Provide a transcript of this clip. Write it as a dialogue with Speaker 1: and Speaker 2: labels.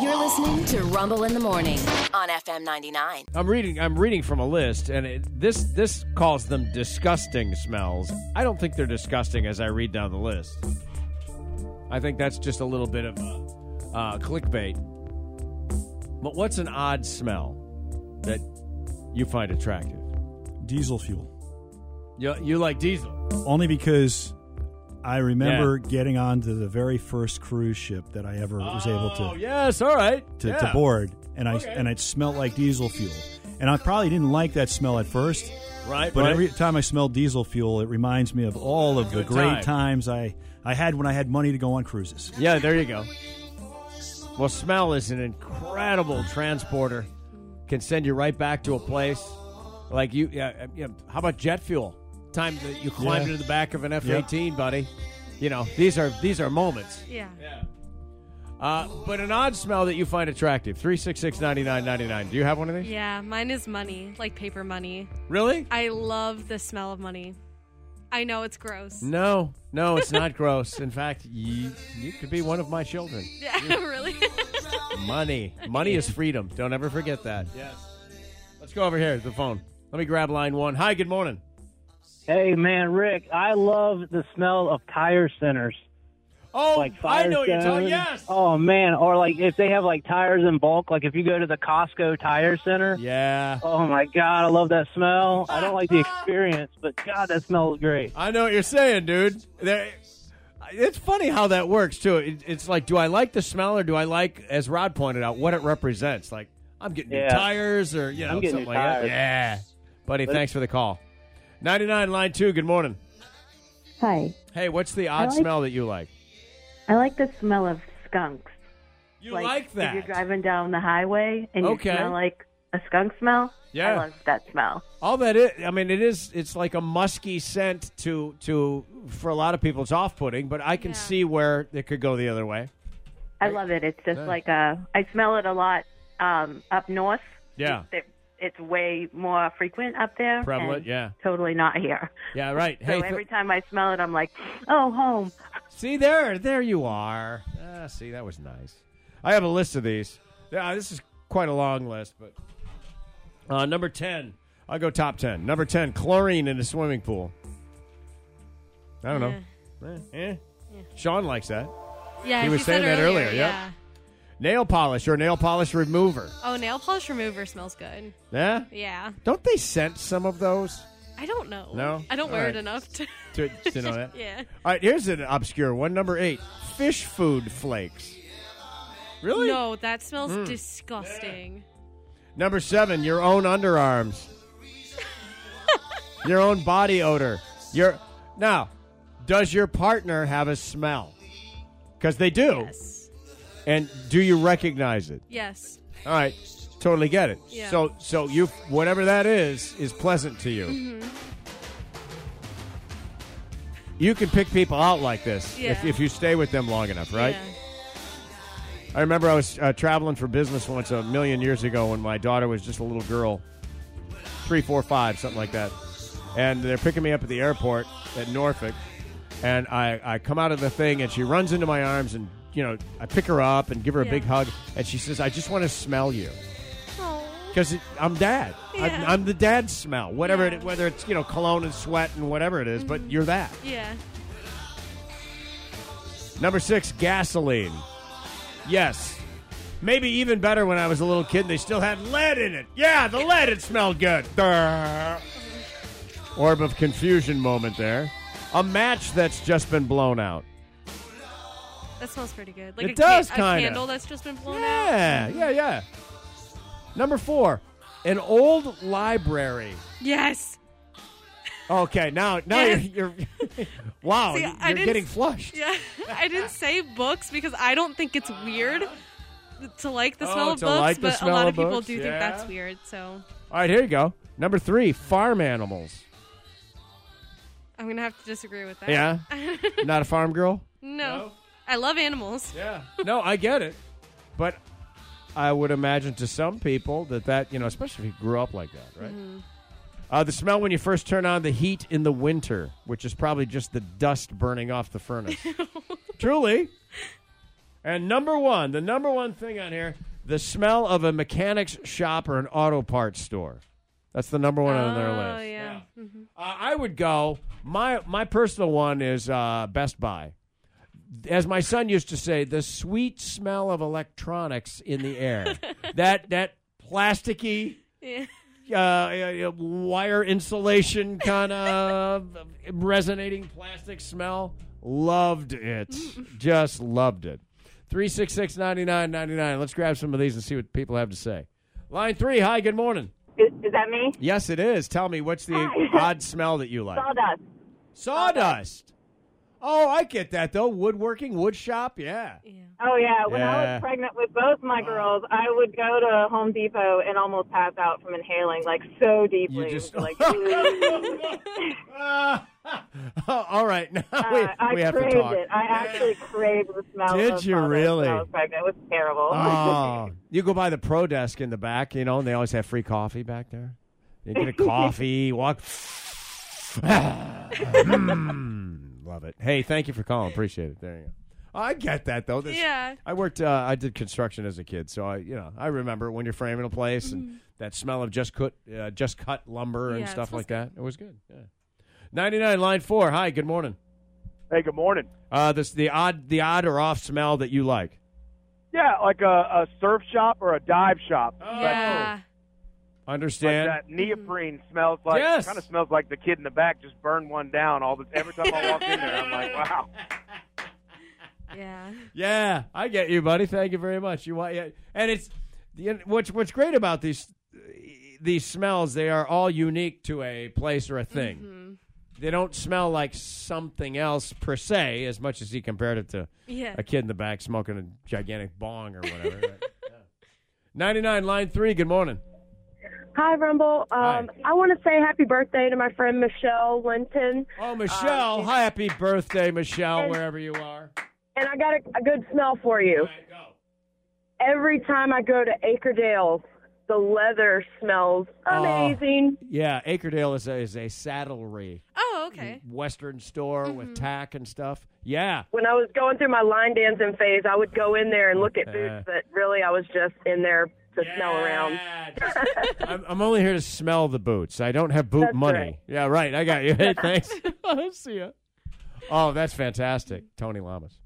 Speaker 1: You're listening to Rumble in the Morning on FM 99.
Speaker 2: I'm reading. I'm reading from a list, and it, this this calls them disgusting smells. I don't think they're disgusting as I read down the list. I think that's just a little bit of uh, clickbait. But what's an odd smell that you find attractive?
Speaker 3: Diesel fuel.
Speaker 2: You, you like diesel?
Speaker 3: Only because I remember getting onto the very first cruise ship that I ever was able to
Speaker 2: Oh yes, all right.
Speaker 3: to,
Speaker 2: yeah.
Speaker 3: to board, and I
Speaker 2: Okay.
Speaker 3: and it smelled like diesel fuel. And I probably didn't like that smell at first,
Speaker 2: Right,
Speaker 3: but
Speaker 2: right.
Speaker 3: every time I smell diesel fuel, it reminds me of all of the
Speaker 2: Good
Speaker 3: great
Speaker 2: time.
Speaker 3: times I, I had when I had money to go on cruises.
Speaker 2: Yeah, there you go. Well, smell is an incredible transporter. Can send you right back to a place. Like you, yeah, yeah, how about jet fuel? Time that you climbed
Speaker 3: Yeah.
Speaker 2: into the back of an F eighteen, buddy. You know these are these are moments.
Speaker 4: Yeah.
Speaker 2: Uh, but an odd smell that you find attractive. Three six six ninety nine ninety nine. Do you have one of these?
Speaker 4: Yeah, mine is money, like paper money.
Speaker 2: Really?
Speaker 4: I love the smell of money. I know it's gross.
Speaker 2: No, no, it's not gross. In fact, you, you could be one of my children.
Speaker 4: Yeah, really?
Speaker 2: Money. Money is freedom. Don't ever forget that. Yes. Let's go over here to the phone. Let me grab line one. Hi, good morning.
Speaker 5: Hey man, Rick, I love the smell of tire centers.
Speaker 2: Oh,
Speaker 5: Like fire
Speaker 2: I know what you're talking.
Speaker 5: centers.
Speaker 2: Yes.
Speaker 5: Oh man, or like if they have like tires in bulk, like if you go to the Costco tire center.
Speaker 2: Yeah.
Speaker 5: Oh my god, I love that smell. I don't like the
Speaker 2: Ah.
Speaker 5: experience, but god, that smells great.
Speaker 2: I know what you're saying, dude. There, it's funny how that works too. It, it's like, do I like the smell or do I like, as Rod pointed out, what it represents? Like, I'm getting new
Speaker 5: Yeah.
Speaker 2: tires or you know
Speaker 5: I'm getting
Speaker 2: something
Speaker 5: new
Speaker 2: like that.
Speaker 5: tires.
Speaker 2: Yeah, buddy. thanks for the call. 99 line two. Good morning.
Speaker 6: Hi.
Speaker 2: Hey, what's the odd
Speaker 6: like-
Speaker 2: smell that you like?
Speaker 6: I like the smell of skunks.
Speaker 2: You like, that?
Speaker 6: If you're driving down the highway and
Speaker 2: Okay.
Speaker 6: you smell like a skunk smell.
Speaker 2: Yeah.
Speaker 6: I love that smell.
Speaker 2: All that is, I mean, it is. It's like a musky scent to to for a lot of people. It's off putting, but I can
Speaker 4: Yeah.
Speaker 2: see where it could go the other way.
Speaker 6: I love it. It's just
Speaker 2: Nice.
Speaker 6: like a. I smell it a lot um, up north.
Speaker 2: Yeah.
Speaker 6: It- It's way more frequent up there.
Speaker 2: Prevalent,
Speaker 6: and
Speaker 2: yeah.
Speaker 6: Totally not here.
Speaker 2: Yeah, right. Hey,
Speaker 6: so
Speaker 2: th-
Speaker 6: every time I smell it, I'm like, oh, home.
Speaker 2: see there, there you are. Ah, see, that was nice. I have a list of these. Yeah, this is quite a long list, but uh, number ten, I'll go top ten. Number ten, chlorine in a swimming pool. I don't know. Eh, eh. Sean likes that.
Speaker 4: yeah,
Speaker 2: He was
Speaker 4: said
Speaker 2: saying that earlier, yep.
Speaker 4: Yeah.
Speaker 2: Nail polish or nail polish remover.
Speaker 4: Oh, nail polish remover smells good.
Speaker 2: Yeah.
Speaker 4: Yeah.
Speaker 2: Don't they scent some of those?
Speaker 4: I don't know.
Speaker 2: No?
Speaker 4: I don't
Speaker 2: All
Speaker 4: wear
Speaker 2: right.
Speaker 4: it enough to.
Speaker 2: to, to know that.
Speaker 4: Yeah.
Speaker 2: All right, here's an obscure one. Number eight, fish food flakes. Really? Mm.
Speaker 4: No, that smells disgusting.
Speaker 2: Number seven, your own underarms. your own body odor. Your now, does your partner have a smell? Because they do.
Speaker 4: Yes.
Speaker 2: And do you recognize it?
Speaker 4: Yes.
Speaker 2: All right, totally get it.
Speaker 4: Yeah.
Speaker 2: So, so you whatever that is is pleasant to you.
Speaker 4: Mm-hmm.
Speaker 2: You can pick people out like this if,
Speaker 4: Yeah.
Speaker 2: if you stay with them long enough, right?
Speaker 4: Yeah.
Speaker 2: I remember I was uh, traveling for business once a million years ago when my daughter was just a little girl, three, four, five, something like that. And they're picking me up at the airport at Norfolk, and I, I come out of the thing, and she runs into my arms, and you know I pick her up and give her a
Speaker 4: Yeah.
Speaker 2: big hug, and she says, "I just want to smell you."
Speaker 4: Oh.
Speaker 2: because I'm dad.
Speaker 4: Yeah.
Speaker 2: I'm, I'm the dad smell. Whatever,
Speaker 4: Yeah. Mm-hmm.
Speaker 2: it, whether it's you know cologne and sweat and whatever it is, but you're that.
Speaker 4: Yeah.
Speaker 2: Number six, gasoline. Yes, maybe even better when I was a little kid. and They still had lead in it. Yeah, the lead it smelled good. Durr. Orb of confusion moment there. A match that's just been blown out.
Speaker 4: That smells pretty good. Like
Speaker 2: It
Speaker 4: a,
Speaker 2: does,
Speaker 4: can-
Speaker 2: kinda.
Speaker 4: a candle that's just been blown out.
Speaker 2: Yeah, yeah, yeah. Number four, an old library.
Speaker 4: Yes.
Speaker 2: Okay, now now
Speaker 4: Yes.
Speaker 2: you're, you're wow,
Speaker 4: See,
Speaker 2: you're
Speaker 4: I didn't
Speaker 2: getting
Speaker 4: s-
Speaker 2: flushed.
Speaker 4: Yeah. I didn't say books because I don't think it's weird to like the
Speaker 2: Oh,
Speaker 4: smell of
Speaker 2: to
Speaker 4: books,
Speaker 2: like the
Speaker 4: but
Speaker 2: smell
Speaker 4: a
Speaker 2: of
Speaker 4: lot of people
Speaker 2: books,
Speaker 4: do
Speaker 2: yeah.
Speaker 4: think that's weird. So
Speaker 2: All right, here you go. Number three, farm animals.
Speaker 4: I'm gonna have to disagree with that.
Speaker 2: Yeah, not a farm girl.
Speaker 4: No.
Speaker 2: No?
Speaker 4: I love animals.
Speaker 2: Yeah, no, I get it, but I would imagine to some people that that you know, especially if you grew up like that, right? Uh, the smell when you first turn on the heat in the winter, which is probably just the dust burning off the furnace. Truly. And number one, the number one thing on here, the smell of a mechanic's shop or an auto parts store. That's the number one on their
Speaker 4: Oh,
Speaker 2: list.
Speaker 4: yeah.
Speaker 2: Uh, I would go. My my personal one is uh, Best Buy. As my son used to say, the sweet smell of electronics in the air. that that plasticky
Speaker 4: Yeah.
Speaker 2: uh, uh, wire insulation kind of resonating plastic smell. Loved it. Just loved it. 366 99 Let's grab some of these and see what people have to say. Line three. Hi, good morning.
Speaker 7: Is, is that me?
Speaker 2: Yes, it is. Tell me, what's the
Speaker 7: Hi.
Speaker 2: odd smell that you like?
Speaker 7: Sawdust.
Speaker 2: Sawdust. Oh, I get that, though. Woodworking, wood shop, yeah.
Speaker 7: Oh yeah. When I
Speaker 2: Yeah.
Speaker 7: was pregnant with both my girls, I would go to Home Depot and almost pass out from inhaling like so deeply.
Speaker 2: You just.
Speaker 7: It was like, ooh.
Speaker 2: Ah, all right, now we,
Speaker 7: Uh, I
Speaker 2: we have to
Speaker 7: craved
Speaker 2: talk.
Speaker 7: it. I actually craved the smell.
Speaker 2: Did
Speaker 7: of
Speaker 2: you
Speaker 7: sawdust
Speaker 2: really?
Speaker 7: When I was pregnant. It was terrible.
Speaker 2: Oh, you go by the pro desk in the back, you know, and they always have free coffee back there. You get a coffee, walk. Mm, love it. Hey, thank you for calling. Appreciate it. There you go. I get that though. This-
Speaker 4: Yeah.
Speaker 2: I worked. Uh, I did construction as a kid, so I, you know, I remember when you're framing a place and that smell of just cut, uh, just cut lumber and
Speaker 4: Mm-hmm. Yeah, it
Speaker 2: stuff
Speaker 4: smells
Speaker 2: like that. It was good. Yeah. Ninety nine line four. Hi. Good morning.
Speaker 8: Hey, good morning.
Speaker 2: Uh, this the odd, the odd or off smell that you like.
Speaker 8: Yeah, like a, a surf shop or a dive shop.
Speaker 2: Oh,
Speaker 4: Oh, Yeah.
Speaker 2: Understand?
Speaker 8: Like that neoprene smells like
Speaker 2: Mm-hmm. Yes.
Speaker 8: kind of smells like the kid in the back just burned one down all the every time I walk in there. I'm like, wow.
Speaker 4: Yeah.
Speaker 2: Yeah, I get you, buddy. Thank you very much. You want, yeah. and it's the- what's what's great about these these smells. They are all unique to a place or a thing. They don't smell like something else per se, as much as he compared it to
Speaker 4: Yeah.
Speaker 2: a kid in the back smoking a gigantic bong or whatever. Right. Yeah. Ninety-nine, line three. Good morning.
Speaker 9: Hi, Rumble. Um,
Speaker 2: Hi.
Speaker 9: I want to say happy birthday to my friend Michelle Linton.
Speaker 2: Oh, Michelle! happy birthday, Michelle,
Speaker 9: and-
Speaker 2: wherever you are.
Speaker 9: And I got a, a good smell for you. Every time I go to Acredale, the leather smells amazing.
Speaker 2: Yeah, Acredale is a, is a saddlery
Speaker 4: Oh, okay.
Speaker 2: western store with tack and stuff. Yeah.
Speaker 9: When I was going through my line dancing phase, I would go in there and look at
Speaker 2: Yeah.
Speaker 9: boots, but really I was just in there to smell around.
Speaker 2: Yeah, just- I'm, I'm only here to smell the boots. I don't have boot
Speaker 9: That's
Speaker 2: money.
Speaker 9: right.
Speaker 2: Yeah, right. I got you. Hey, thanks. See ya. Oh, that's fantastic, Tony Lamas.